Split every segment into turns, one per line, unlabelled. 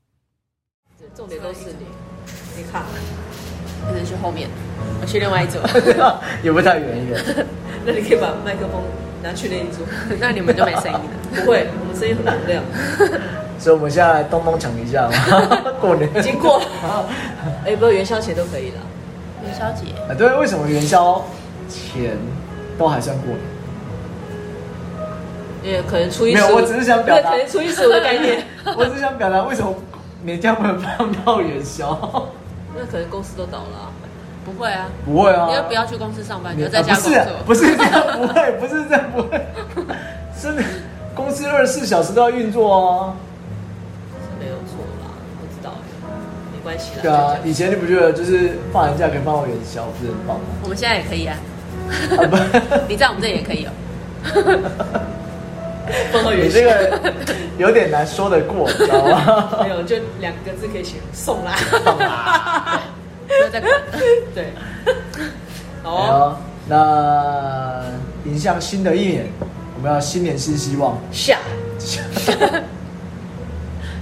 嗯
去另外一组，
也不太远远。
那你可以把麦克风拿去那一组，
那你们就没声音了。
不会，我们声音很洪 亮，
所以我们现在来东东抢一下 嘛，过年
已经 过了。哎，不过元宵节都可以了，
元宵节
啊，对，为什么元宵前都还算过年？
因为可能初一
没
十
有
五，
我只是想表
对
达
可能初一十五的概 念，
我只想表达为什么每天不能放到元 宵？
那可能公司都倒了啊、
不会啊，
不会啊，
你要不要去公司上班，你要
啊
在家工作。
不是不是啊这样，不会，不是这样，不会，真的，公司二十四小时都要运作哦。
没有错啦，不知道哎，没关系啦。
对啊，
就
以前你不觉得就是放寒假可以放到元宵，不是很棒吗？
我们现在也可以啊，
啊不，
你在我们这里也可 以哦。
这样放到
你
元宵
这，个有点难说得过，你知道吗
没？有就两个字可以写送啦。
放 啦
不要 再管了
对，好哦，
好，啊那迎向新的一年，我们要新年新希望。
下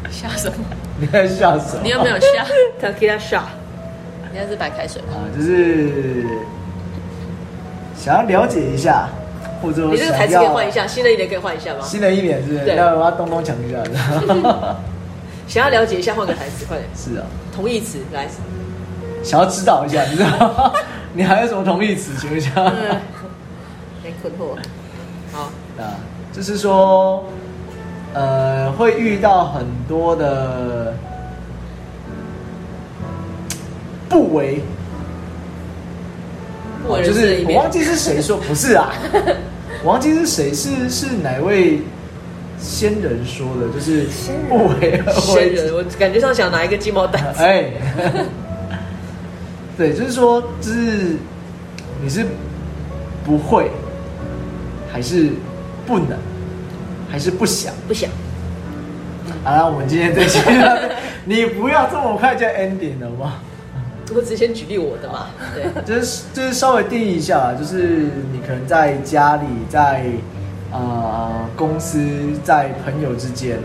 吓什么？
你在笑什么？
你有没有 吓？
t a k i a 下，
你那是白开水吧？
啊，就是想要了解一下，或者
你这个台词可以换一。下，新的一年可以换一下吗？
新的一年是不是
对
要我要东东抢一下，
想要了解一下，换个台词，快点，
是啊，
同义词 来。
想要指导一下，你知道吗？ 你还有什么同义词？请问一下，
嗯，很困惑。好，
啊，就是说，呃，会遇到很多的不为，
不为
哦就
人知的
是
一
我
面。
忘记是谁说，不 是啊，我忘记是谁，是是哪位仙人说的，就是不为而
仙
为之
人，我感觉上想拿一个鸡毛掸子。
哎， 对，就是说，就是你是不会，还是不能，还是不想？
不想，
好了，我们今天这期到这，你不要这么快就 ending 了嘛。
我只先举例我的嘛。对，
就是就是稍微定义一下啦，就是你可能在家里，在呃公司，在朋友之间，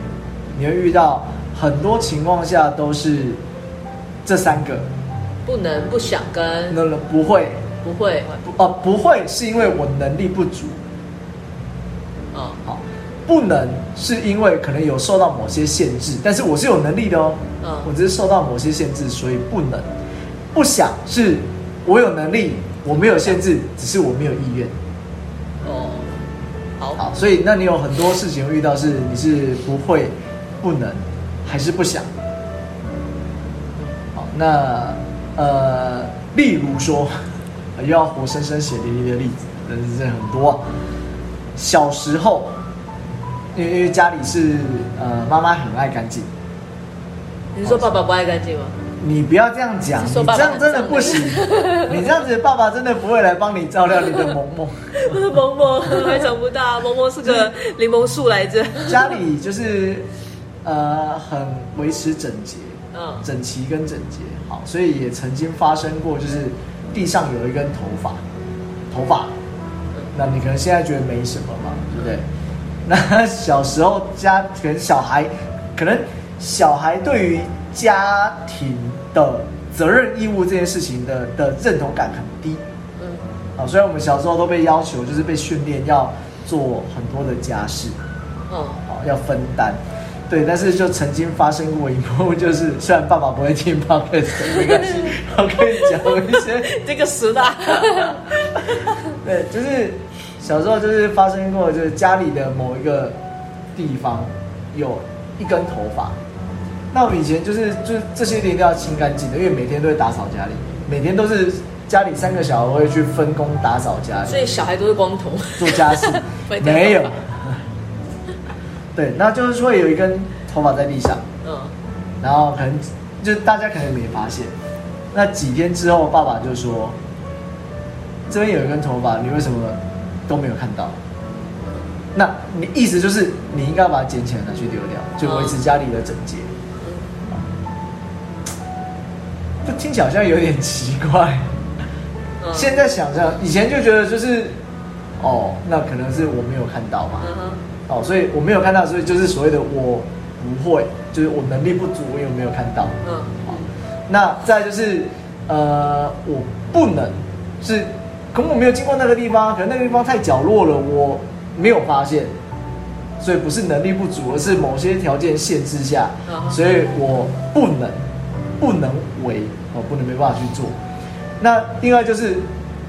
你会遇到很多情况下都是这三个，
不能、不想跟
那不会
不会。
不哦、不会是因为我能力不足，
哦，
好，不能是因为可能有受到某些限制，但是我是有能力的哦，
嗯
我只是受到某些限制，所以不能。不想是我有能力，我没有限制，只是我没有意愿。
哦，好，
好，所以那你有很多事情会遇到是你是不会、不能，还是不想。好，那呃，例如说， 又要活生生血淋淋的例子，但是真的很多啊、小时候，因为因为家里是呃妈妈很爱干净，
你是说爸爸不爱干净吗？
你不要这样讲，
是
你
说爸
这
爸
样真的不行， 你这样子爸爸真的不会来帮你照料你的萌萌。
萌萌还长不大，萌萌是个柠檬树来 着。
家里就是呃很维持整洁，
嗯
整齐跟整洁，好，所以也曾经发生过，就是地上有一根头发，头发，那你可能现在觉得没什么嘛，对不对？
嗯
那小时候家可能小孩，可能小孩对于家庭的责任义务这件事情的的认同感很低，
嗯，
啊，虽然我们小时候都被要求，就是被训练要做很多的家事，
哦，
哦，要分担。对，但是就曾经发生过一幕，就是虽然爸爸不会听 podcast，没关系，我跟你讲一 些。
这个死的。
对，就是小时候就是发生过，就是家里的某一个地方有一根头发。那我以前就是就是这些一定要清干净的，因为每天都会打扫家里，每天都是家里三个小孩会去分工打扫家里。
所以小孩都是光头。
做家事
会，掉头发
没有。 对，那就是说有一根头发在地上，
嗯，
然后可能就大家可能没发现。那几天之后，爸爸就说：“这边有一根头发，你为什么都没有看到？”那你意思就是你应该把它捡起来拿去丢掉，就维持家里的整洁。这听起来好像有点奇怪。
嗯
现在想想，以前就觉得就是，哦，那可能是我没有看到嘛，
嗯哼，
哦，所以我没有看到，所以就是所谓的我不会，就是我能力不足，我有没有看到？
嗯，
那再来就是，呃，我不能，是，可我没有经过那个地方，可能那个地方太角落了，我没有发现，所以不是能力不足，而是某些条件限制下
啊，
所以我不能不能为哦，不能没办法去做。那另外就是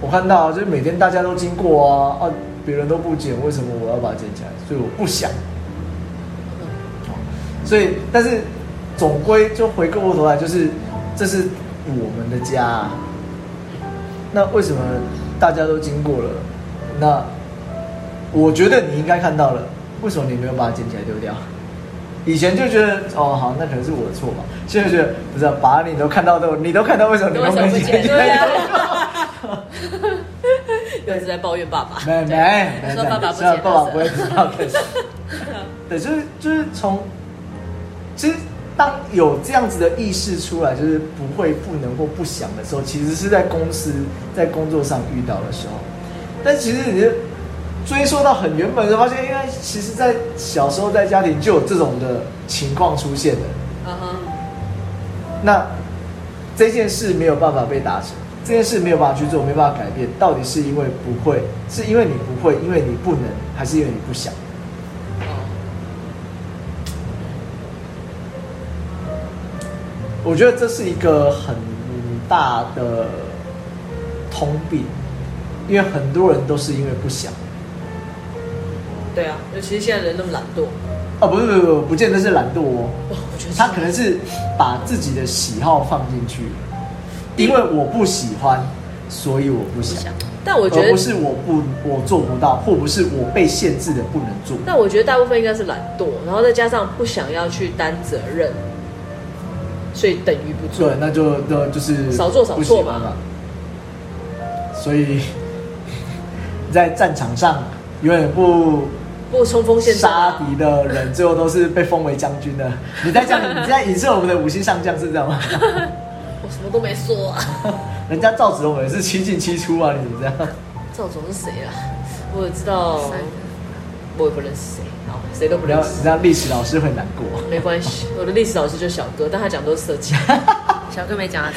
我看到就是每天大家都经过啊啊，别人都不捡，为什么我要把它捡起来？所以我不想。哦所以，但是总归就回过头来，就是这是我们的家、啊。那为什么大家都经过了？那我觉得你应该看到了，为什么你没有把它捡起来丢掉？以前就觉得哦好，那可能是我的错吧。现在觉得不是、啊，把你都看到都，你都看到，为什么你都没 捡起
对
来
啊
丢？，
有一直在抱怨爸爸。
没没啊没，
说
没
爸爸不
虽然
捡
爸爸
垃圾
不会知道，但是对，就是就是从，其实当有这样子的意识出来，就是不会、不能或不想的时候，其实是在公司、在工作上遇到的时候。但其实你就追溯到很原本的时候，发现因为其实，在小时候在家庭就有这种的情况出现的。
啊哈，
那这件事没有办法被达成，这件事没有办法去做，没办法改变，到底是因为不会，是因为你不会，因为你不能，还是因为你不想？
哦，
我觉得这是一个很大的通病，因为很多人都是因为不想。
对啊，尤其是现在人那么懒惰，
哦，不是不是不是，不见得是懒惰哦，
哇，我觉得
他可能是把自己的喜好放进去，因为我不喜欢，所以我不
不
想，
想，
但我觉
而
得
不是我不我做不到，或不是我被限制的不能做。
但我觉得大部分应该是懒惰，然后再加上不想要去担责任，所以等于不做
对，。那就那就是
少做少
不喜欢
错嘛
嘛。所以你在战场上永远不
不冲锋陷阵
杀
啊，
敌的人，最后都是被封为将军的。你在这样，你在影射我们的五星上将是这样吗？
我什么都没说啊。
人家赵子龙也是七进七出啊，你怎么这样？
赵总是谁啦？我也知道
三，
我也不认识谁，好，谁都不
不要
认识。
让历史老师会难过。
没关系，我的历史老师就是小哥，但他讲都是色情。
小哥没讲到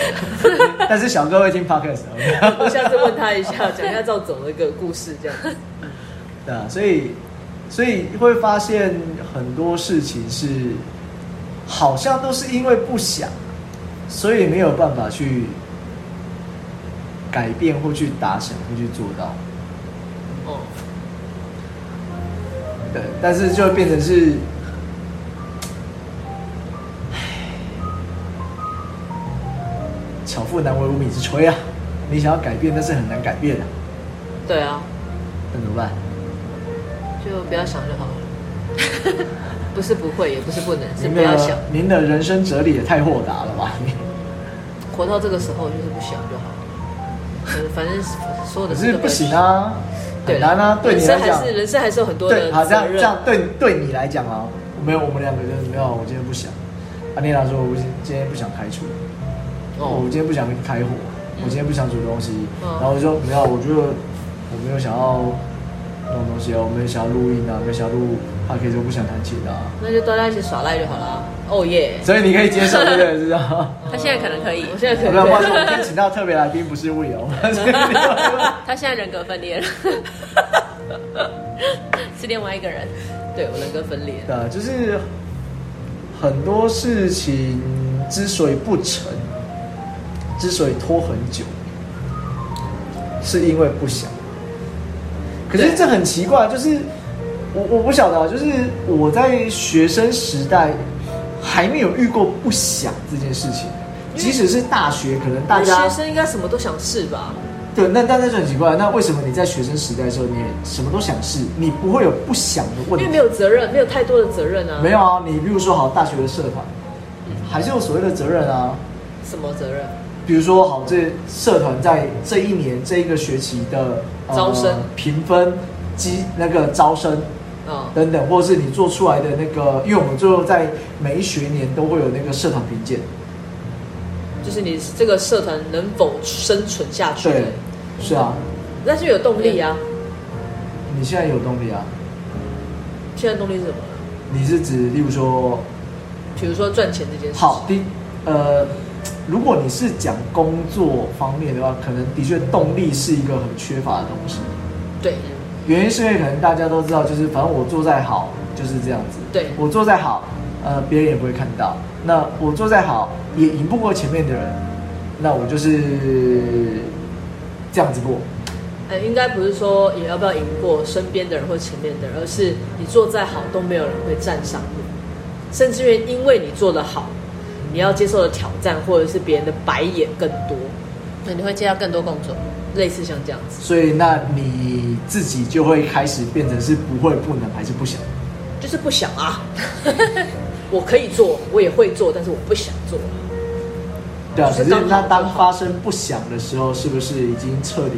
这个，
但是小哥会听 podcast，的
我下次问他一下，讲一下赵总的一个故事，这样。
对啊，所以所以会发现很多事情是好像都是因为不想，所以没有办法去改变或去达成或去做到。
哦，
对，但是就变成是，唉巧妇难为无米之炊啊！你想要改变，但是很难改变的、
对啊，
那怎么办？
就不要想就好了。 不是不会，也不是不能，是
您
不要想
的。您的人生哲理也太豁达了吧！
活到这个时候就是不想就好了。嗯反正所有
可
的
是
事都
不行
想，
啊，
对
很
啦
难啊，对你
人
来
生还
讲，
是人生还是有很多
对，
的
好这样
责
这
任啊
样。对对你来讲啊，没有我们两个人没有，我今天不想。阿妮娜说，我今今天不想开除。我
哦，
今天不想开火，我今天不想煮东西，
嗯
然后我就说没有，我觉得我没有想要弄东西啊，我没有想要录音啊，没有想要录 p o d 我不想弹琴啊，
那就大家一起耍赖就好了。哦耶！
所以你可以接受，对不对？是这样。
他现在可能可以
哦我现在可
没有，话说我们今天
以。
请到特别来宾不是魏友，
他现在人格分裂了， 是另外一个人。
对我人格分裂。
对，呃就是很多事情之所以不成，之所以拖很久，是因为不想。可是
对
这很奇怪，就是我我不晓得啊，就是我在学生时代还没有遇过不想这件事情，即使是大学，可能大家
学生应该什么都想试吧？
对，那大家就很奇怪，那为什么你在学生时代的时候，你什么都想试，你不会有不想的
因
问题
为？没有责任，没有太多的责任啊。
没有啊，你比如说好大学的社团，还是有所谓的责任啊。
什么责任。
比如说好，这社团在这一年这一个学期的、呃
招生
评分、积那个招生
嗯
等等，或者是你做出来的那个，因为我们最后在每一学年都会有那个社团评鉴，
就是你这个社团能否生存下去？
对，是啊，
但是有动力啊。
你现在有动力啊？
现在动力是什么？
你是指例如说
比如说赚钱这件事情。
好，第呃，如果你是讲工作方面的话，可能的确动力是一个很缺乏的东西。
对
原因是因为可能大家都知道，就是反正我做再好就是这样子，
对
我做再好，呃，别人也不会看到。那我做再好也赢不过前面的人，那我就是这样子过。
呃，应该不是说也要不要赢过身边的人或前面的人，而是你做再好都没有人会赞赏你，甚至于因为你做得好，你要接受的挑战或者是别人的白眼更多，
对，你会接到更多工作。
类似像这样子，
所以那你自己就会开始变成是不会、不能还是不想。
就是不想啊。 我可以做，我也会做，但是我不想做啊。
对啊，
就是
可是
刚好
那
就
当
好
发生不想的时候，是不是已经彻底？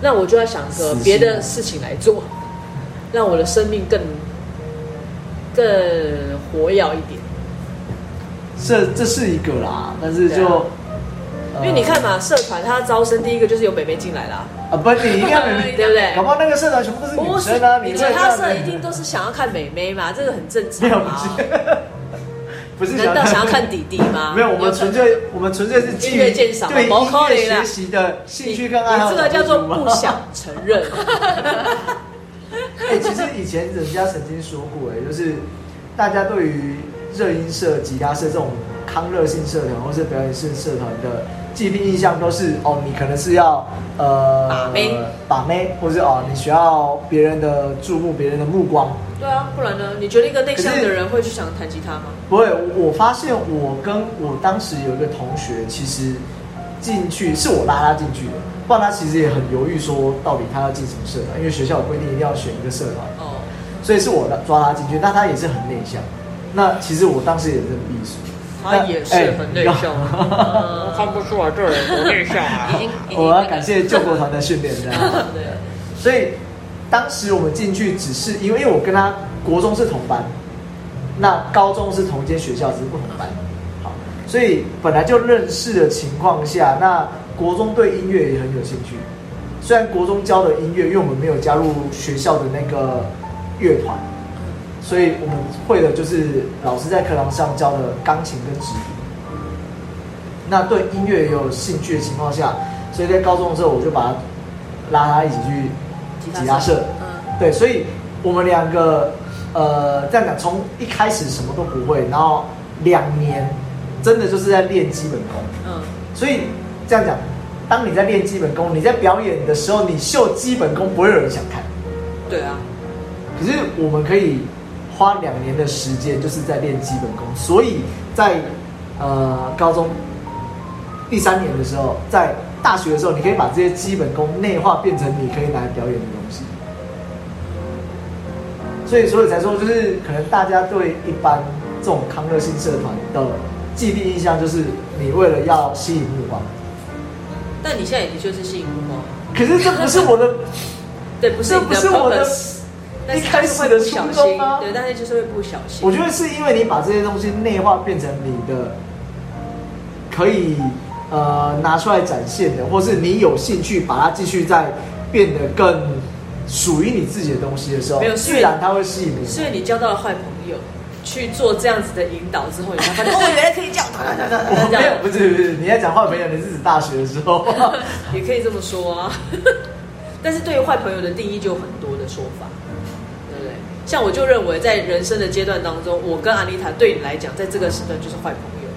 那我就要想个
死心
别的事情来做，让我的生命更更活跃一点。
这这是一个啦，但是
对
就，
啊因
呃
为你看嘛，社团它招生第一个就是有美眉进来啦、
啊，不，你应该没，
对不对
搞不好那个社团全部都是女
不哦是
生啊，，
你
会
觉
这
得他
样
社
的
一定都是想要看美眉嘛？这个很正
没
常
有不
啊。
是， 不是
难道想要 看弟弟吗？
没有，我们纯粹我们纯粹是基于
音乐鉴赏啊
对音
毛孔里
乐学
啦
习的兴趣跟
看
爱
看。
好。
你这个叫做不想。承认。
哎，其实以前人家曾经说过，哎，就是大家对于热音社、吉他社这种康乐性社团或是表演性社团的既定印象都是哦，你可能是要呃
把妹
把妹，或是哦你需要别人的注目、别人的目光。
对啊，不然呢？你觉得一个内向
可
的
是
人会去想弹吉他吗？
不会，我我发现我跟我当时有一个同学，其实进去是我拉他进去的，不然他其实也很犹豫，说到底他要进什么社团，因为学校有规定一定要选一个社团，
哦，
所以是我拉抓他进去，但他也是很内向。那其实我当时也是很避暑，
他也是很内向
哎。
呃
看不出来这人多内向啊
已。经，已 经
我要感谢救国团的训练，这样。
对
所以当时我们进去只是因为，因为我跟他国中是同班，那高中是同间学校，只是不同班。好，所以本来就认识的情况下，那国中对音乐也很有兴趣。虽然国中教的音乐，因为我们没有加入学校的那个乐团，所以我们会的就是老师在课堂上教的钢琴跟直笛。那对音乐也有兴趣的情况下，所以在高中的时候，我就把他拉他一起去吉他社。
嗯，
对，所以我们两个呃，这样讲，从一开始什么都不会，然后两年真的就是在练基本功。
嗯，
所以这样讲，当你在练基本功，你在表演的时候，你秀基本功不会有人想看。
对啊，
可是我们可以花两年的时间，就是在练基本功。所以在呃高中第三年的时候，在大学的时候，你可以把这些基本功内化，变成你可以拿来表演的东西。所以，所以才说，就是可能大家对一般这种康乐性社团的既定印象，就是你为了要吸引目光。
但你现在也的确是吸引目光，
可是这不是我的，
对， 不是
这
你
不
的
是我的
purpose，但
一
是
开
就是
始
会
的
不
初
小
衷
心
啊，。
对，但是就是会不小心。
我觉得是因为你把这些东西内化，变成你的可以呃拿出来展现的，或是你有兴趣把它继续再变得更属于你自己的东西的时候
没有，是
自然它会吸引你。
是因为你交到了坏朋友，去做这样子的引导之后，你才 发现哦，原来可以这样，
我
这
没有
样，
不是不是，你在讲话朋友，你是指大学的时 候，
也可以这么说啊。 但是对于坏朋友的定义就有很多的说法，对不对？像我就认为，在人生的阶段当中，我跟安妮塔对你来讲，在这个时段就是坏朋友，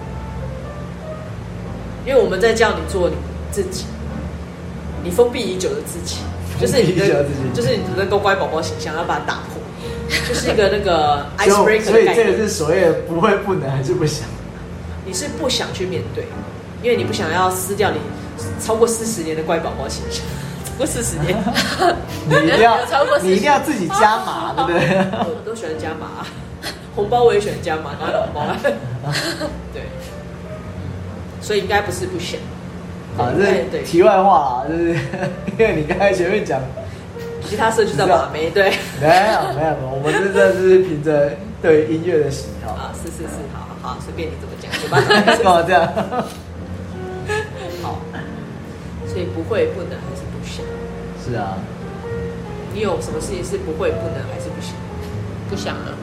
因为我们在教你做你自己，你封闭已久的自己，就是你
封闭已久的
的
自己，
就是你的乖乖宝宝形象，要把它打破，就是一个那 个 icebreaker
所
的
以
概
这
念
个。是所谓的不会不能还是不 想。
你是不想去面对，因为你不想要撕掉你超过四十年的乖宝宝形象， 超过四十 年，
你一定要
有超过，四十
你一定要自己加码，对不对？
我都喜欢加码、红包我也喜欢加码，拿红 包，对，所以应该不是不想，
啊，
对
这
对，
题外话啦，就是 因为你刚才前面讲
吉他社就叫
啊
把妹，对，
没有没有，没有我们是真的是凭着对音乐的喜好，
啊，是是是，好好好随便你怎么讲，嘴巴怎么
干哦嘛这样？
好，所以不会不能还是不想，
是啊，
你有什么事情是不会不能还是不想？
不想了。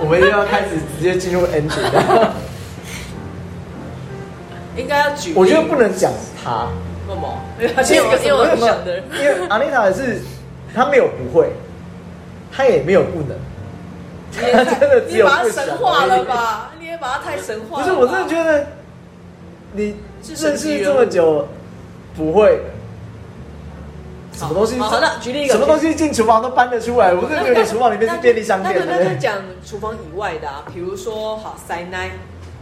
我们又要开始直接进入 ending 了。
应该要举例。
我觉得不能讲他，
为什 么？因为他是一个
因为
什么
我
都不想的人。
因为阿丽塔是她没有不会，她也没有不能，
你也
他真的只有
你把
不
他
想
神化了吧？ 你也把他太神化了
不
吧。
是我真的觉得你
是神
认
奇人
识这
物
么久不会。什么东西？
好好那举例一个
什么东西进厨房都搬得出来？我真的觉得你厨房里面是便利商店
那就那
的
就。讲厨房以外的、啊，比如说好塞奶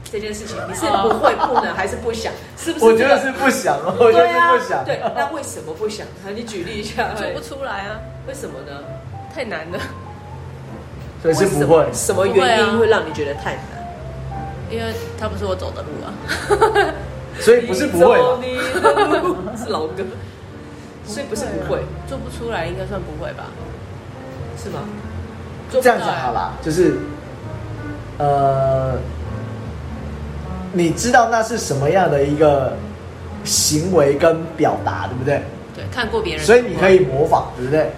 这件事情，你是不会、不能还是不想？是不是、
我觉得是。不想，我觉得是不想。
对,、啊、对，那为什么不想？啊你举例一下，
做不出来啊，
为什么呢？
太难了，
所以是
为什
不
么
会。
什么
不会
原
啊
因会让你觉得太难？
因为它不是我走的路啊。
啊
所以不是不会
你走
嘛？
你的路是老歌，所以不是不会，
做不出来应该算不会吧？
是吗？
做不
这样
到
讲好
啊，
啦，就是，呃，你知道那是什么样的一个行为跟表达，对不对？
对，看过别人，
所以你可以模仿，对不对？
模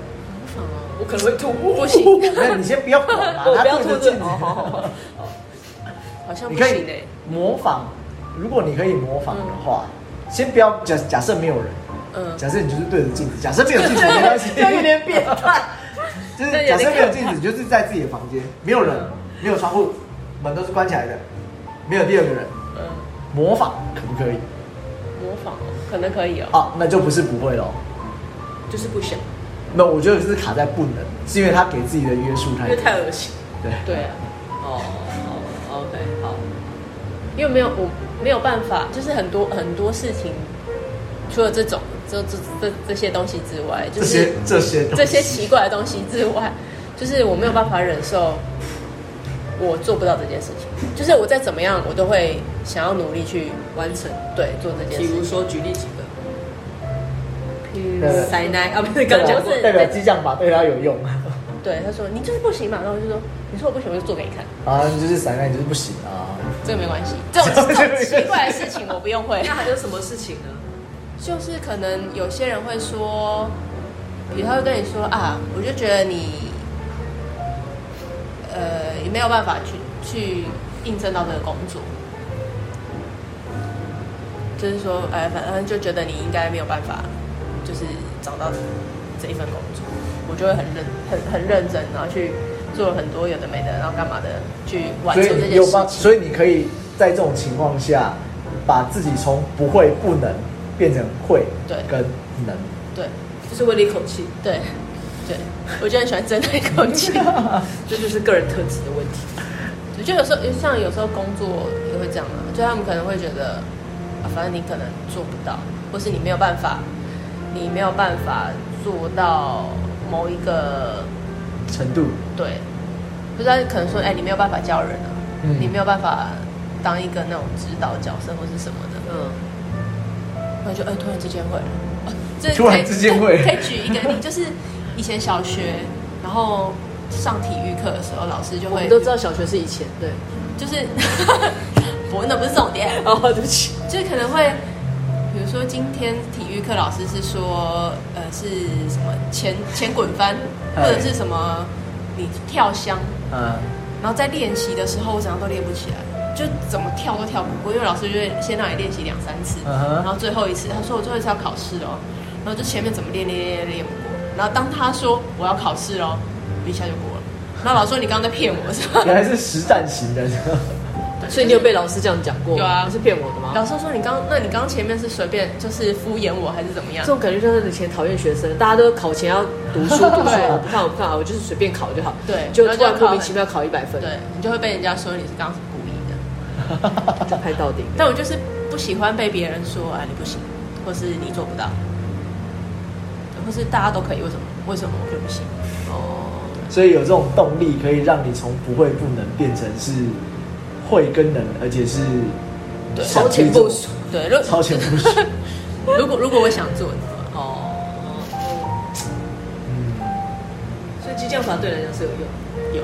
仿哦，
我可能会吐，
不行，
那你先不要管嘛
，我
他
不要
对着
吐这
镜子
好好好好
好 像
你
不
可
行
以
哎。
模仿。如果你可以模仿的话，先不要假假设没有人，
嗯，
假设你就是对着镜子，假设没有镜子没关系，
有点变态。
就是
那有
假设
点
没有
可
镜子，你就是在自己的房间，没有人，没有窗户，门都是关起来的，没有第二个人，
嗯，
模仿可不可以？
模仿哦，可能可以哦。
啊，那就不是不会喽。
就是不想，
那我觉得是卡在不能，是因为他给自己的约束
因
太
为
多。
太恶心。
对，
对啊，
哦好，OK，好，哦
因为没有我没有办法，就是很多很多事情，除了这种这这这这些东西之外，就
这
是
些这些东西
这些奇怪的东西之外，就是我没有办法忍受我做不到这件事情。就是我再怎么样，我都会想要努力去
完成。
对做这件
比
事情
如。说，举例几个，
比
对对
塞奶啊，不是刚刚讲过
对，
代表激将法对他有用
对他说你就是不行嘛，然后我就说你说我不行，我就做给你看，
啊，你就是散弹，你就是不行啊。
这个没关系。这种这种奇怪的事情我不用会
那。还有什么事情呢？
就是可能有些人会说，比如他会跟你说啊，我就觉得你，呃，也没有办法去去应征到这个工作，就是说，哎、反正就觉得你应该没有办法，就是找到这一份工作，我就会很认很很认真，然后去做了很多有的没的，然后干嘛的去完
所
成
以
这
你
件
有
事
办，
情。
所以你可以在这种情况下，把自己从不会、不能变成会，
对
跟能。
对
就是为了一口气，
对对，我就很喜欢争那一口 气。
这就是个人特质的问题。
我觉得有时候像有时候工作也会这样啊，就他们可能会觉得，啊、反正你可能做不到，或是你没有办法，你没有办法做到某一个
程度，
对，就是他可能说，哎、你没有办法教人啊，
嗯
你没有办法当一个那种指导角色或是什么
嗯，
的，然后就哎、突然之间会了，哦 这
突然
可以
之间会
可以可以举一个例，就是以前小学，然后上体育课的时候，老师就
我
会
们都知道小学是以前对。
就是不那不是重点。
哦，对不起，
就是可能会，比如说今天体育课老师是说，呃，是什么前前滚翻，或
哎
者是什么你跳箱，
嗯，
然后在练习的时候我怎样都练不起来，就怎么跳都跳不过，因为老师就会先让你练习两三次，
嗯哼
然后最后一次他说我最后一次要考试哦，然后就前面怎么练练练练练不过，然后当他说我要考试喽，我一下就过了，然后老师说你刚刚在骗我是吧？
原来是实战型的，
所以你有被老师这样讲过吗？
有啊
你是骗我的吗？
老师说你刚那你刚刚前面是随便就是敷衍我还是怎么样
这？种感觉就是以前讨厌学生，大家都考前要读书 读书，
对
我不看我不看，我就是随便考就好。
对
就
然后
突
就
然莫名
考
其妙考一百分，
对你就会被人家说你是刚刚是故意的。
就拍到顶。
但我就是不喜欢被别人说啊你不行，或是你做不到，或是大家都可以，为什么为什么我就不行？
哦，
所以有这种动力可以让你从不会、不能变成是会跟能，而且是
对
想
超前
去做
部署。
对，如
超前部署。
如果如果我想做，你知道吗
哦，
嗯，
所以激将法对你来讲是有用的。
有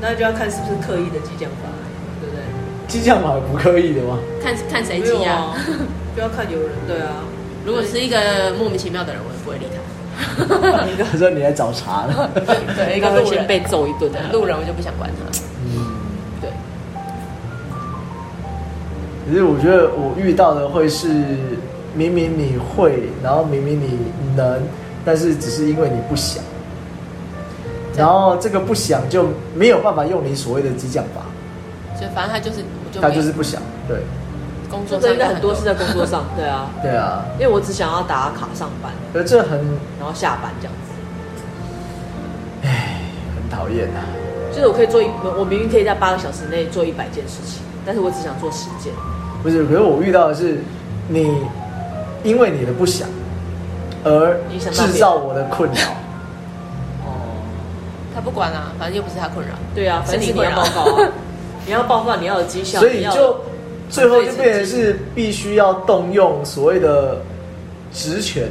那就要看是不是刻意的激将法，对不对？
激将法不刻意的吗？
看看谁急啊？
没有啊，就要看有人对啊。
如果是一个莫名其妙的人，我也不会理他。
他说你来找茬了。
对，一
应该
个
会
路
先
人
被揍一顿的
对路人我就不想管他。
嗯，
对，
可是我觉得我遇到的会是，明明你会，然后明明你能，但是只是因为你不想，然后这个不想就没有办法用你所谓的激将法，
就反正他就是，我就
他
没
就
有
是不想，对，
工
这
作上
个应该
有
很多是在工作上，对啊，
对啊，
因为我只想要打卡上班，
可这很
然后下班这样子。
很讨厌啊，
就是我可以做一，我明明可以在八个小时内做一百件事情，但是我只想做十件。
不是，可是我遇到的是你，因为你的不想，而
影响到别人
制造我的困扰。
哦，
他不管啊，反正又不是他困扰。
对啊，反
是
正
你
你要报告啊， 你要报告，你要有绩效，
所以
你要
就最后就变成是必须要动用所谓的职权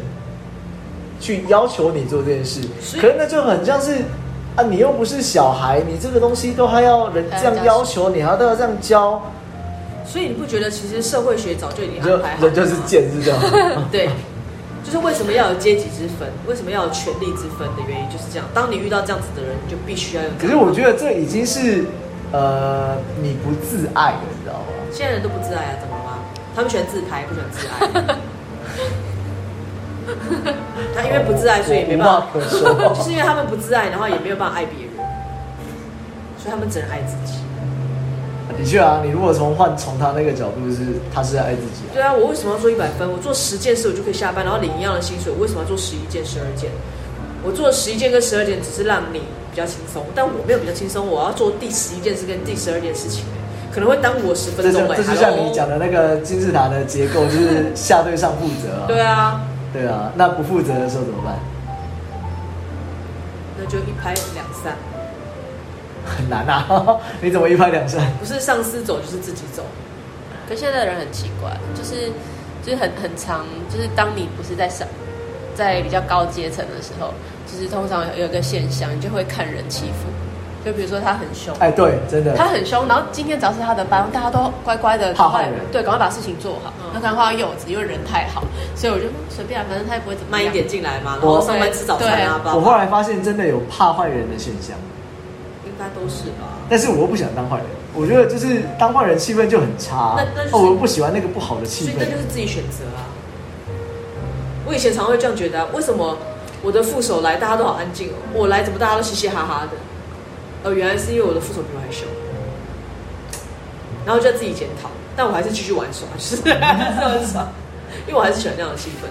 去要求你做这件事，
所以
可是那就很像是啊，你又不是小孩，你这个东西都还要人
还要
这样要求，你还要都要这样教，
所以你不觉得其实社会学早就已经
你就
安哎排好了
人
吗？
就是贱，是这样。
对，就是为什么要有阶级之分，为什么要有权力之分的原因就是这样。当你遇到这样子的人，你就必须要用。
可是我觉得这已经是呃你不自爱了，你知道吗？
现在人都不自爱啊，怎么了吗？他们喜欢自拍，不喜欢自爱。 那因为不自爱，所以没办
哦我无
法
话。可说。
就是因为他们不自爱，然后也没有办法爱别人，所以他们只能爱自己。
的确啊，你如果从换从他那个角度，就是他是在爱自己啊。
对啊，我为什么要做一百分？我做十件事我就可以下班，然后领一样的薪水，我为什么要做十一件、十二件？我做十一件跟十二件只是让你比较轻松，但我没有比较轻松，我要做第十一件事跟第十二件事情、可能会耽误我十
这
分
就
钟哎、
这就
hello
像你讲的那个金字塔的结构，就是下对上负 责、啊。
对啊，
对啊，那不负责的时候怎么办？
那就一拍两散，
很难啊！ 你怎么一拍两散？
不是上司走就是自己走。
可现在的人很奇怪，就是就是很很长，就是当你不是在上在比较高阶层的时候，就是通常有有一个现象，你就会看人欺负。就比如说他很凶，
哎，对，真的
他，很凶，然后今天只要是他的班，大家都乖乖的，
好
赶
好
快
人
对，赶快把事情做好。那可能花幼稚，因为人太好，所以我就嗯随便啊，反正他也不会怎么
慢一
样
点，进来嘛，然
我
后上班吃早餐啊，
对
吧
我，后来发现真的有怕坏人的现象，
应该都是吧。
但是我又不想当坏人。我觉得就是当坏人气氛就很差啊、
那那就是
哦，我又不喜欢那个不好的气
所以那。
氛
就是自己选择啊。我以前常会这样觉得、啊，为什么我的副手来大家都好安静哦，我来怎么大家都嘻嘻哈哈的？哦，原来是因为我的副手比我还凶，然后就要自己检讨，但我还是继续玩耍，就是 还是玩耍，因为我还是喜欢那样的气氛。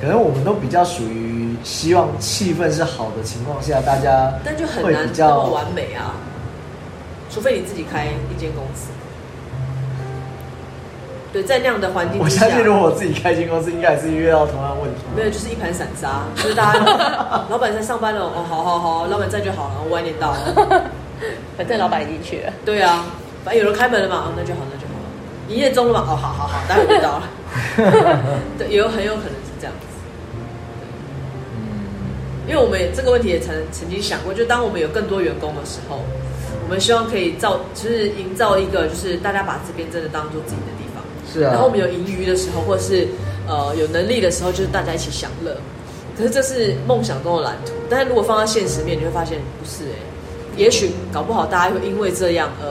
可能我们都比较属于希望气氛是好的情况下，大家
但就很
会
难
比
那么
较
完美啊，除非你自己开一间公司。对，在那样的环境
我
之
相
下，
信，如果我自己开新公司，应该也是遇到同样问题。
没有，就是一盘散沙，就是大家老 板在上班了，哦，好好好，老板在就好了，我晚点到。
反正老板已经去了。
对啊，反正有人开门了嘛，哦，那就好，那就好了。营业中了嘛，哦，好好好，待会就到了。对，也有很有可能是这样子，因为我们也这个问题也曾曾经想过，就当我们有更多员工的时候，我们希望可以造，就是营造一个，就是大家把这边真的当做自己的地方。
是啊，
然后我们有盈余的时候，或是呃有能力的时候，就是大家一起享乐。可是这是梦想中的蓝图，但是如果放到现实面，你会发现不是哎、也许搞不好大家会因为这样而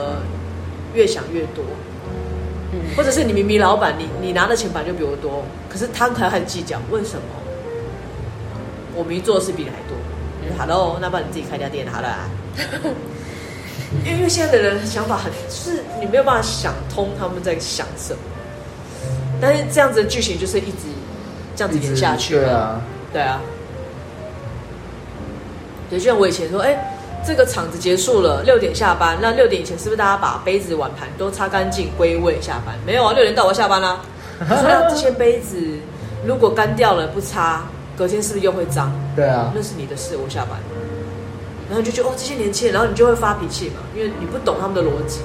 越想越多，
嗯
或者是你明明老板，你你拿的钱本来就比我多，可是他还很计较，为什么？我明明做的事比你还多。嗯，Hello，那不然你自己开家店好了啊。 因为因为现在的人想法很，就是你没有办法想通他们在想什么。但是这样子的剧情就是一直这样子
一直
演下去，
对，啊，
对啊。对，就像我以前说，哎、这个场子结束了，六点下班，那六点以前是不是大家把杯子、碗盘都擦干净归位下班？没有啊，六点到我下班啦、我说哎 那这些杯子如果干掉了不擦，隔天是不是又会脏？
对啊，
那是你的事，我下班。然后你就觉得哦，这些年轻人，然后你就会发脾气嘛，因为你不懂他们的逻辑。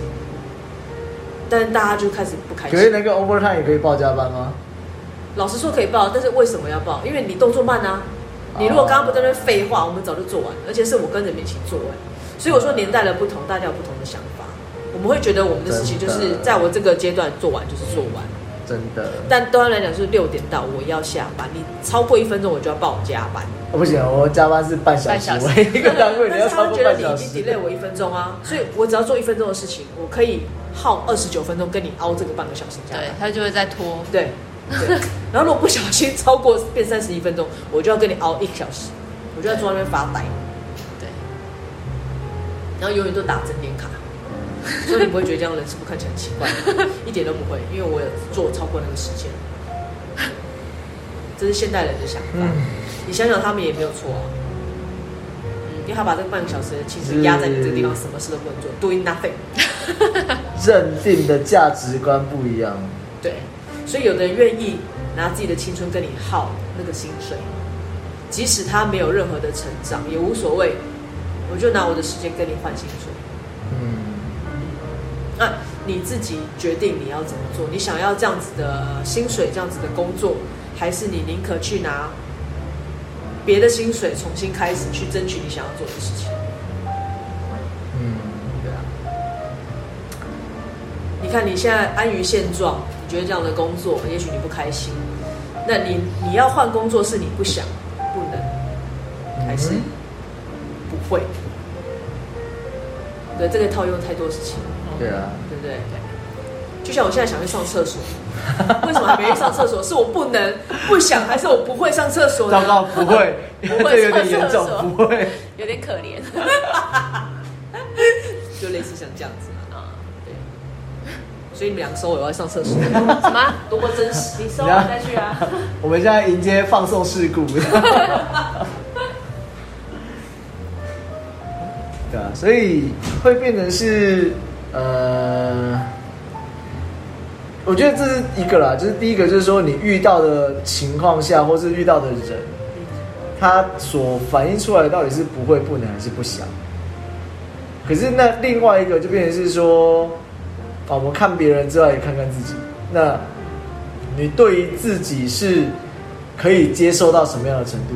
但是大家就开始不开
可是
心。
那个 overtime 也可以报加班吗？
老实说可以报，但是为什么要报？因为你动作慢啊。
哦
你如果刚刚不在那边废话，我们早就做完了，而且是我跟着你们一起做完。所以我说年代的不同，大家有不同的想法。我们会觉得我们的事情就
真
是
的
在我这个阶段做完就是做完，
真的，
但对他来讲就是六点到我要下班，你超过一分钟我就要报加班。
哦、哦不行，我加班是半小时
半，小
我
时
一个单位你要
但是他
超
会
过
觉得
半
你
小
已
时
经 delay 我一分钟啊，所以我只要做一分钟的事情，我可以耗二十九分钟跟你熬这个半个小时加
对
班。
他就会在拖，
对对。然后如果不小心超过变三十一分钟，我就要跟你熬一个小时，我就要坐在那边发呆，
对，
然后永远都打整点卡。所以你不会觉得这样人是不是看起来很奇怪？一点都不会，因为我有做超过那个时间。这是现代人的想法。
嗯，
你想想，他们也没有错啊。嗯，因为他把这个半个小时其实压在你这个地方，
是
什么事都不能做，doing nothing。
认定的价值观不一样，
对，所以有的人愿意拿自己的青春跟你耗那个薪水，即使他没有任何的成长也无所谓，我就拿我的时间跟你换薪水。
嗯，
那你自己决定你要怎么做，你想要这样子的薪水，这样子的工作，还是你宁可去拿别的薪水重新开始去争取你想要做的事情？
嗯，
对啊。你看你现在安于现状，你觉得这样的工作，也许你不开心，那你你要换工作是你不想、不能，还是
嗯
不会？对，这个套用太多事情了，
对啊，
对不对？就像我现在想去上厕 所，为什么还没去上厕所？是我不能、不想，还是我不会上厕所呢？
糟糕，不会，
不 会
这有点严重
上厕，所
不会，
有点可怜
就类似像这样子嘛。
啊。
对，所以你们两个收尾我要上厕 所，
什么？
多么真实！
你收完再去啊？
我们现在迎接放送事故。 对啊，所以会变成是呃，我觉得这是一个啦，就是第一个就是说你遇到的情况下，或是遇到的人，他所反映出来的到底是不会、不能还是不想。可是那另外一个就变成是说，啊，我们看别人之外也看看自己。那你对于自己是可以接受到什么样的程度？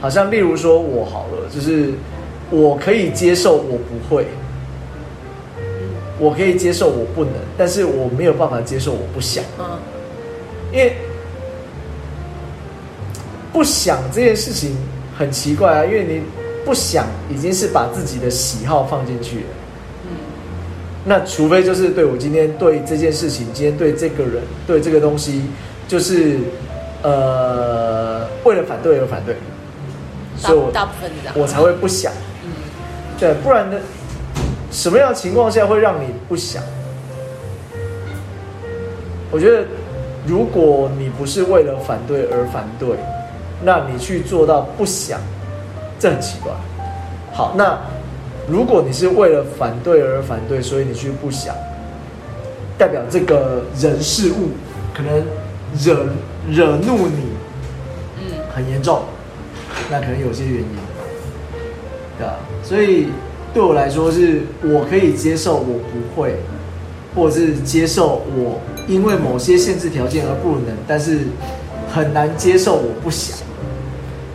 好像例如说我好了，就是我可以接受我不会，我可以接受我不能，但是我没有办法接受我不想，
嗯，
因为不想这件事情很奇怪啊，因为你不想已经是把自己的喜好放进去了。那除非就是对我今天对这件事情，今天对这个人，对这个东西，就是呃，为了反对而反对，所以我
大大部分是这样。
我才会不想。对，不然的什么样的情况下会让你不想？我觉得，如果你不是为了反对而反对，那你去做到不想，这很奇怪。好，那如果你是为了反对而反对，所以你去不想，代表这个人事物可能惹惹怒你
嗯，
很严重，那可能有些原因，对啊，所以对我来说是，我可以接受我不会，或者是接受我因为某些限制条件而不能，但是很难接受我不 想。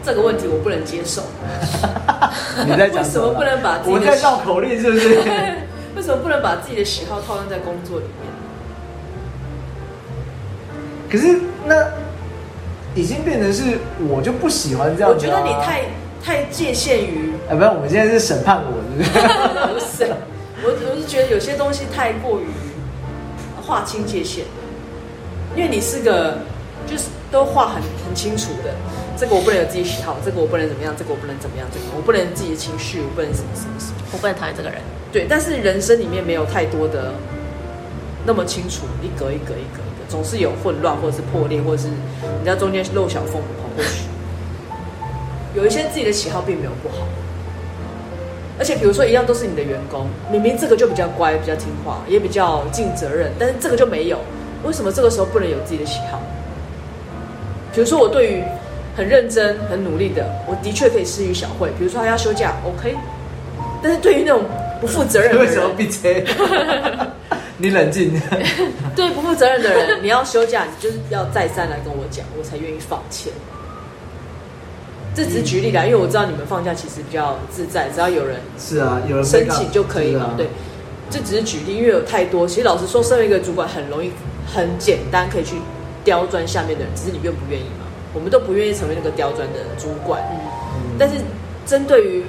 这个问题我不能接受。
你在讲
为什么
啦
不能把自己的
我在绕口令是不是？
为什么不能把自己的喜好套用在工作里面？
可是那已经变成是我就不喜欢这样、啊。
我觉得你太太界限 于，
哎，不然我们现在是审判我，是不是？
不是，我我是觉得有些东西太过于划清界限了，因为你是个就是都画很很清楚的，这个我不能有自己喜好，这个我不能怎么样，这个我不能怎么样，这个我不能自己的情绪，我不能什么什么什么。
我不能讨厌这个人。
对，但是人生里面没有太多的那么清楚，一格一格一格一格，总是有混乱或者是破裂，或者是人家中间漏小缝补孔，或许有一些自己的喜好并没有不好。而且比如说，一样都是你的员工，明明这个就比较乖，比较听话，也比较尽责任，但是这个就没有，为什么这个时候不能有自己的喜好？比如说，我对于很认真、很努力的，我的确可以施予小惠，比如说他要休假，OK，但是对于那种不负责任的
为
人，
什么闭嘴？你冷静。
对不负责任的人，你要休假，你就是要再三来跟我讲，我才愿意放钱。这只是举例啦，因为我知道你们放假其实比较自在，只要有人
是啊，有人
申请就可以
是
了
啊。
对，这只是举例，因为有太多。其实老实说，身为一个主管，很容易、很简单可以去刁钻下面的人，只是你愿不愿意嘛。我们都不愿意成为那个刁钻的主管。
嗯
但是针对于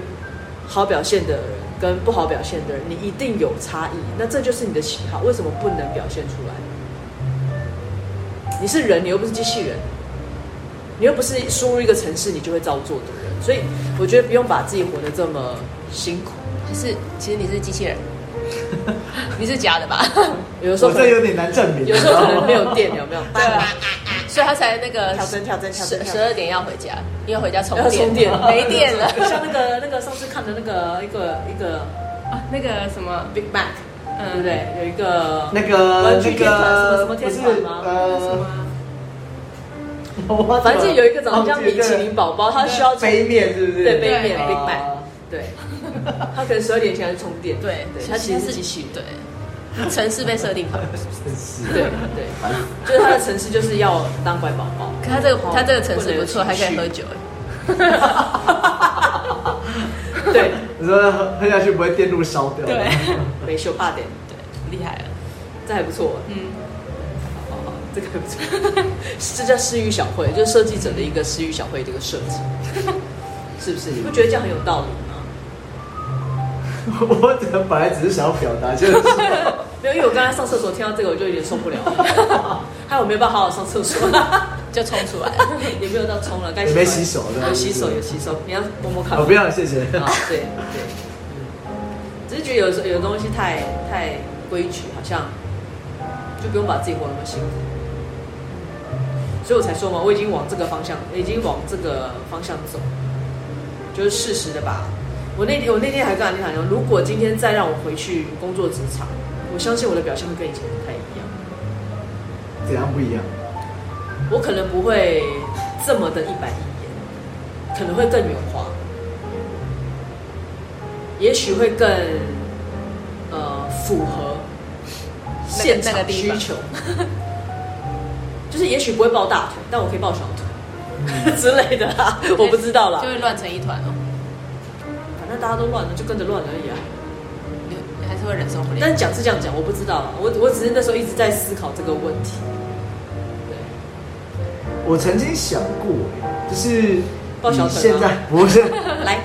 好表现的人跟不好表现的人，你一定有差异，那这就是你的喜好，为什么不能表现出来？你是人，你又不是机器人，你又不是输入一个程式你就会照做的人，所以我觉得不用把自己活得这么辛苦。
还是其实你是机器 人，你是假的 吧？
有的时候
我
可能
这有点难证明，
有时候可能没有电，有没有？
对啊，所以他才那 个
跳针跳针跳针
十
跳
十
针
二点要回家，因为回家充
要充电了
没电了。
像那个那个上次看的那个一个一个
啊，那个什么，
Big Mac，对不
嗯，
对？有一个
那个
玩具
那
天团什
个
么
不
什
是
么天团吗？
什
呃，
么啊
我
反正有一个长得
忘记了
像米其林宝宝，他需要充
杯面是不是？
对杯面
对哦
Big
哦
Mac，对，他可能十二点前去充电，
对，
对，他其实是机器人，
对，城市被设定好。
真是
对对，就是他的城市就是要当乖宝宝，
可他这个
哦
他这个城市不错，
不能
还
有情绪
可以喝酒。
对，
你说喝下去不会电路烧掉？
对，
没修八点，
对，厉害了。
这还不错，
嗯，
好好好哦这个还不错，这叫私域小会，就是设计者的一个私域小会的一个设 计，是不是？你不觉得这样很有道理吗？
我本来只是想要表达，就是说
没有，因为我刚才上厕所听到这个，我就有点受不 了了，还有没办法好好上厕 所，
就冲出来了。
也没有到冲了，该
你没洗手对吧
有洗手有洗手，你要摸摸看吗。
我哦不要了，谢谢。
啊，对对，嗯，只是觉得有时候有的东西太太规矩，好像就不用把自己活那么辛苦。所以我才说嘛，我已经往这个方向，已经往这个方向走，就是适时的吧。我那天我那天还跟安妮塔说，如果今天再让我回去工作职场，我相信我的表现会跟以前不太一样。
怎样不一样？
我可能不会这么的一板一眼，可能会更圆滑，也许会更呃符合现场
那个地
需
方
求， 就是也许不会抱大腿，但我可以抱小腿 之类的啦， 我不知道啦
就，会乱成一团哦，
反正大家都乱了，就跟着乱而已啊。
你还是会忍受不了。
但讲是这样讲，我不知道啦，啊我我只是那时候一直在思考这个问 题。对，
我曾经想过，就是
抱小腿吗
你现在不是
来，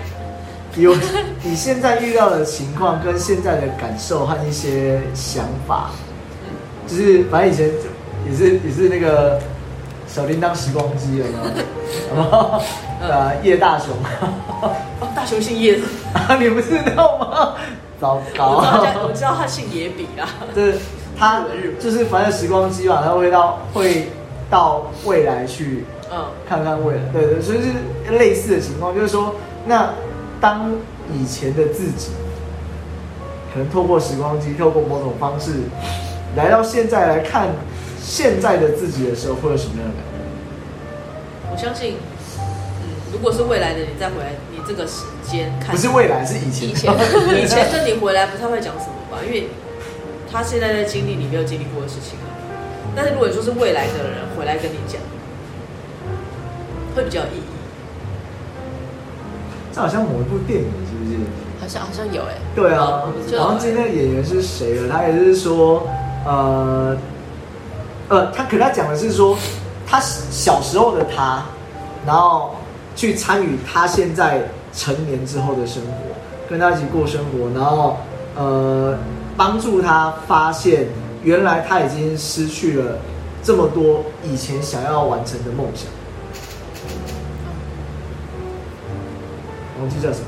有 你现在遇到的情况跟现在的感受和一些想法，就是反正以前也是也是那个小叮当时光机有没有？然后
嗯
呃叶大雄，
哦，大雄姓叶子，
啊你不知道吗？糟
我
糕
知道，他我知道他姓野比啊啦。
就是他就是反正时光机嘛，他会到会到未来去
嗯，
看看未来，对对，所以是类似的情况，就是说，那当以前的自己，可能透过时光机，透过某种方式，来到现在来看现在的自己的时候，会有什么样的感觉？
我相信，嗯，如果是未来的你再回来，你这个时间看，
不是未来，是以前。
以前
以前的你回来不太会讲什么吧，因为他现在在经历你没有经历过的事情啊。但是如果你说是未来的人回来跟你讲，会比较有意义。
这好像某一部电影，是不是？
好像好像有哎，
对啊，好像今天的演员是谁了？他也是说，呃，呃，他可他讲的是说，他小时候的他，然后去参与他现在成年之后的生活，跟他一起过生活，然后呃，帮助他发现原来他已经失去了这么多以前想要完成的梦想。忘记叫什么，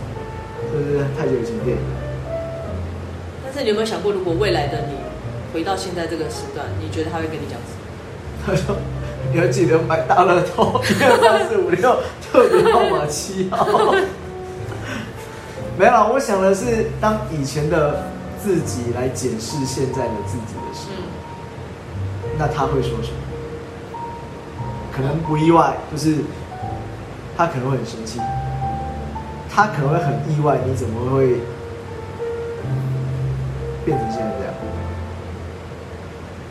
就是太久以前的电影。
但是你有没有想过，如果未来的你回到现在这个时段，你觉得他会跟你讲什么？
他说：“你要记得买大乐透，一二三四五六，特别号码七号。” 没有啦，啊我想的是，当以前的自己来检视现在的自己的时
嗯，
候，那他会说什么？可能不意外，就是他可能会很生气，他可能会很意外，你怎么会变成现在这样？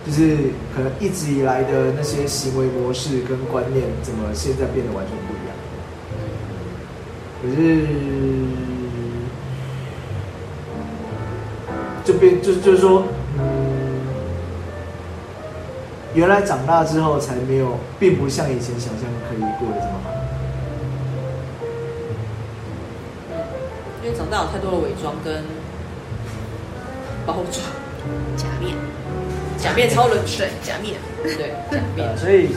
就是可能一直以来的那些行为模式跟观念，怎么现在变得完全不一样？可是就变就就是说，嗯，原来长大之后才没有，并不像以前想象可以过得这么好。
因为长大有太多的伪装跟包装，
假面，
假面超人，
对，假面，
对，假面
呃，所以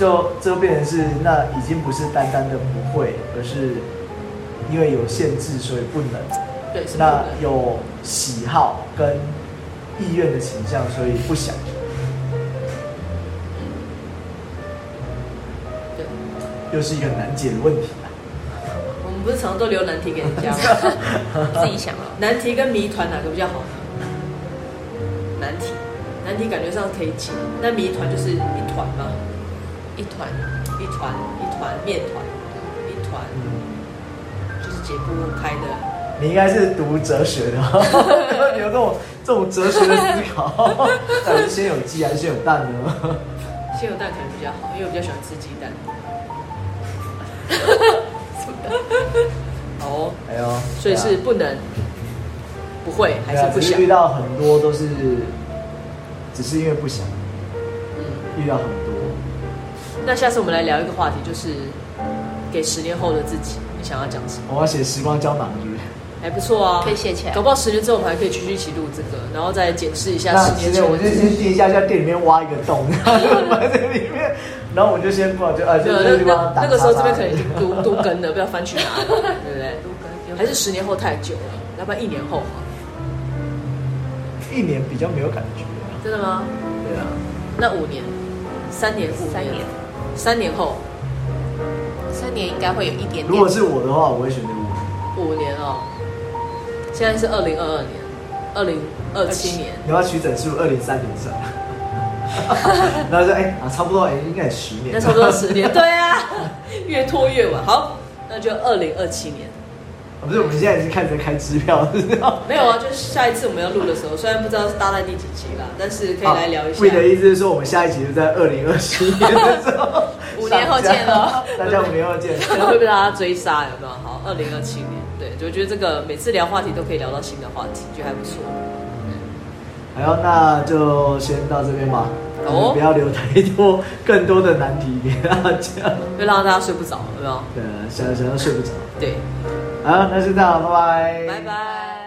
就这就变成是，那已经不是单单的不会，而是因为有限制，所以不能。
对，是不
那
能
有喜好跟意愿的倾向，所以不想。
对。
又是一个很难解的问题啊。
我们不是常常都留难题给人家吗？
自己想啊，
难题跟谜团哪个比较好呢？难题，难题感觉上可以解，那谜团就是一团嘛，
一团，
一团一团面团，一团
嗯，
就是解不开的。
你应该是读哲学的 哦，你有这种这种哲学的思考， 到底是先有鸡还是先有蛋呢？
先有蛋可能比较好，因为我比较喜欢吃鸡蛋。好哦，
哎呦，
所以
对
是
啊
不能、不会还
对啊
是不
只
想
遇。到很多都是，只是因为不想，
嗯，
遇到很多，
那下次我们来聊一个话题，就是给十年后的自己，你想要讲什么？
我要写时光胶囊，是不是？
还不错啊，
可以写起来
搞不好十年之后我们还可以继续一起录这个，然后再检视一下
那
十
之
年
前
前
我
的
就
自己。
先定一下，在店里面挖一个 洞，然后就埋在里面，然后我就先不好就呃，就
没有，
这个
啊那那
地方打
那个时候这边可能已
叉
经
叉
都都跟了，不要翻去 哪里，对不对？
都跟
还是十年后太久了，要不然一年后好了。
一年比较没有感觉，啊
真的吗？
对啊，
那五年、三年、五
三年，
三年后
三年应该会有一点点。，
如果是我的话，我会选择五年。
五年哦。现在是二零二二年，二零二七年，
你要取整数二零三零三， 然后说哎、啊，差不多哎、应该也十年，
那差不多十年。对啊，越拖越晚。好，那就二零二七年。
啊 不是，我们现在已经开始在开支票，是吧？
没有啊，就是下一次我们要录的时候，虽然不知道是搭在第几集啦，但是可以来聊一
好 Will 的
下。
意思是说，我们下一集就在二零二七年的时候
五年后见咯，
大家五年后见。
可能会被大家追杀，有没有？好，二零二七年，对，就觉得这个每次聊话题都可以聊到新的话题，觉得还不错。
哎呦，那就先到这边吧，
好哦
我们不要留太多更多的难题给大家，
会让大家睡不着，有没有？
对，想想要睡不着。
对，
好，那就这样，拜拜，
拜拜。